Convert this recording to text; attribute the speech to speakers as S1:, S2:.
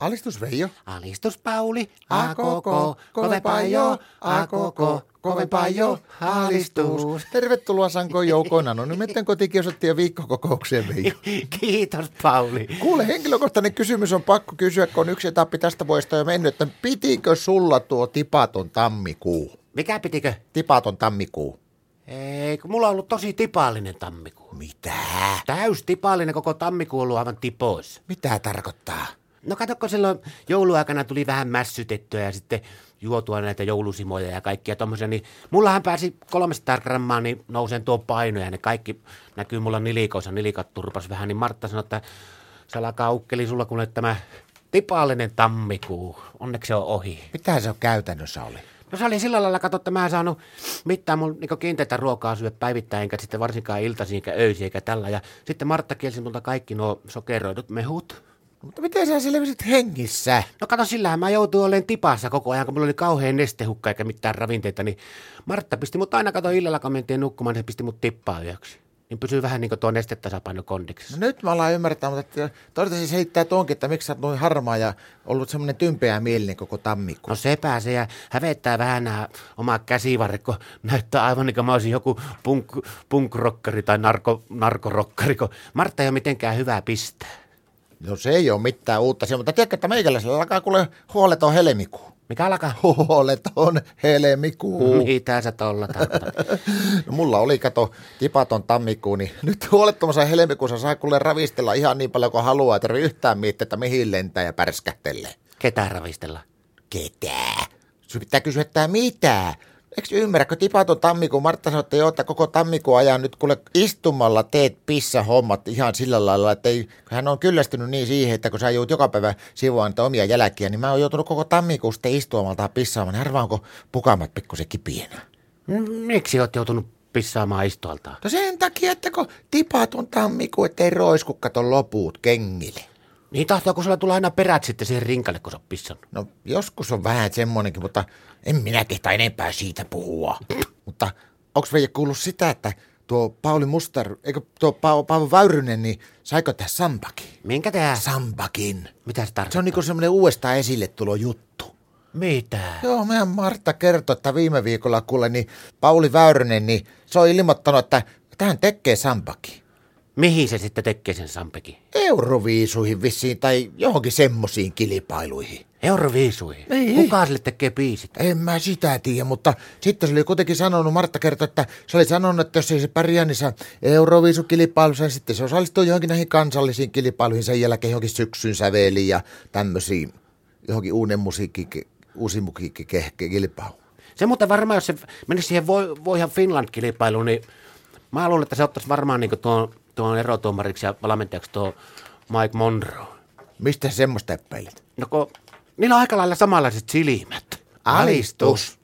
S1: Alistus Veijo.
S2: Alistus Pauli,
S1: A koko, kovempaa jo, a koko, kovempaa jo, alistus. Tervetuloa Sankoon joukoina. No nyt kotikiosoittien viikkokokoukseen Veijo.
S2: Kiitos Pauli.
S1: Kuule, henkilökohtainen kysymys on pakko kysyä, kun on yksi etappi tästä vuodesta jo mennyt, että pitikö sulla tuo tipaton tammikuu?
S2: Mikä pitikö?
S1: Tipaton tammikuu.
S2: Ei, kun mulla on ollut tosi tipallinen tammikuu.
S1: Mitä?
S2: Täys tipallinen koko tammikuu ollut aivan tipois.
S1: Mitä tarkoittaa?
S2: No katsokko silloin jouluaikana tuli vähän mässytettyä ja sitten juotua näitä joulusimoja ja kaikkia tommosia, niin mullahan pääsi 300 grammaa, niin nouseen tuo paino ja ne kaikki näkyy mulla nilikoissa, nilikat turpas vähän, niin Martta sanoi, että salakaa ukkeli sulla, kun olet tämä tipallinen tammikuu. Onneksi se on ohi.
S1: Mitä se on käytännössä oli?
S2: No se oli sillä lailla, kato, että mä en saanut mitään mun niin kiinteitä ruokaa syödä päivittäin, enkä sitten varsinkaan iltaisin, enkä öisin, eikä tällä. Ja sitten Martta kielsi multa kaikki nuo sokeroidut mehut.
S1: Mutta miten sä selvisit hengissä?
S2: No kato, sillähän mä joutuin olemaan tipassa koko ajan, kun mulla oli kauhean nestehukka eikä mitään ravinteita, niin Martta pisti mut aina kato illalla, kun mentiin nukkumaan, niin se pisti mut tippaa yöksi. Niin pysyy vähän niin kuin tuo nestetasapaino kondiksessa.
S1: No nyt mä alan ymmärtää, mutta toisaalta siis heittää tuonkin, että miksi sä oot noin harmaa ja ollut semmoinen tympeä mielinen koko tammikuun.
S2: No se pääsee ja hävettää vähän nämä oma käsivarret, kun näyttää aivan niin kuin mä olisin joku punk, punkrokkari tai narko, narkorokkari, kun Martta ei ole mitenkään hyvää pistää.
S1: No se ei ole mitään uutta siellä, mutta tiedätkö, että meikäläisellä alkaa kuule huoleton helmikuu.
S2: Mikä alkaa?
S1: Huoleton helmikuu.
S2: Mitä sä tolla tarkoitat?
S1: No mulla oli, kato, tipaton tammikuu, niin nyt huolettomassa helmikuussa saa kuule ravistella ihan niin paljon kuin haluaa, että yhtään miettiä, että mihin lentää ja pärskähtelee.
S2: Ketä ravistella?
S1: Ketä? Sun pitää kysyä, että mitä? Eikö ymmärrä, kun tipaton tammikuun, Martta sanoi, että joo, että koko tammikuun ajan nyt kuule istumalla teet pissahommat ihan sillä lailla, että ei, kun hän on kyllästynyt niin siihen, että kun sä joudut joka päivä sivuaan niitä omia jälkiä, niin mä oon joutunut koko tammikuun sitten istuamalta pissaamaan. Harva onko pukamat pikkusen kipienä.
S2: Miksi oot joutunut pissaamaan istualtaan?
S1: No sen takia, että kun tipaton tammikuun, ettei roisku kato loput kengille.
S2: Niin tahtoako sulla tulla aina perät sitten siihen rinkalle, kun sä oot pissannut?
S1: No joskus on vähän semmoinenkin, mutta en minä kehtaa enempää siitä puhua. mutta onks Veija kuullut sitä, että tuo Pauli Mustar, eikö tuo Pau, Paavo Väyrynen, niin saiko tää Sampakin?
S2: Minkä tehdään?
S1: Sampakin.
S2: Mitä se
S1: Se
S2: tarkoittaa?
S1: on niinku semmoinen uudestaan esille tulo juttu.
S2: Mitä?
S1: Joo, meidän Martta kertoi, että viime viikolla kuule, niin Pauli Väyrynen, niin se on ilmoittanut, että tähän tekee Sampakin.
S2: Mihin se sitten tekee sen sampekin?
S1: Euroviisuihin vissiin tai johonkin semmoisiin kilpailuihin.
S2: Euroviisuihin.
S1: Ei, ei.
S2: Kuka sille tekee biisit?
S1: En mä sitä tiedä, mutta sitten se oli kuitenkin sanonut, Martta kertoi, että se oli sanonut, että jos ei se pärjää niissä Euroviisukilpailuissa, niin sitten se osallistuu johonkin näihin kansallisiin kilpailuihin sen jälkeen johonkin syksyn säveliin ja tämmöisiin, johonkin uuden musiikki, uusi musiikkikilpailu.
S2: Se muuten varmaan, jos se menisi siihen voi, voihan Finland-kilpailuun, niin mä luulen, että se ottaisi varmaan niin tuon, tuon erotuomariksi ja valmentajaksi tuo Mike Monroe.
S1: Mistä sä semmoista epäilet?
S2: No kun niillä on aika lailla samanlaiset silmät.
S1: Alistus.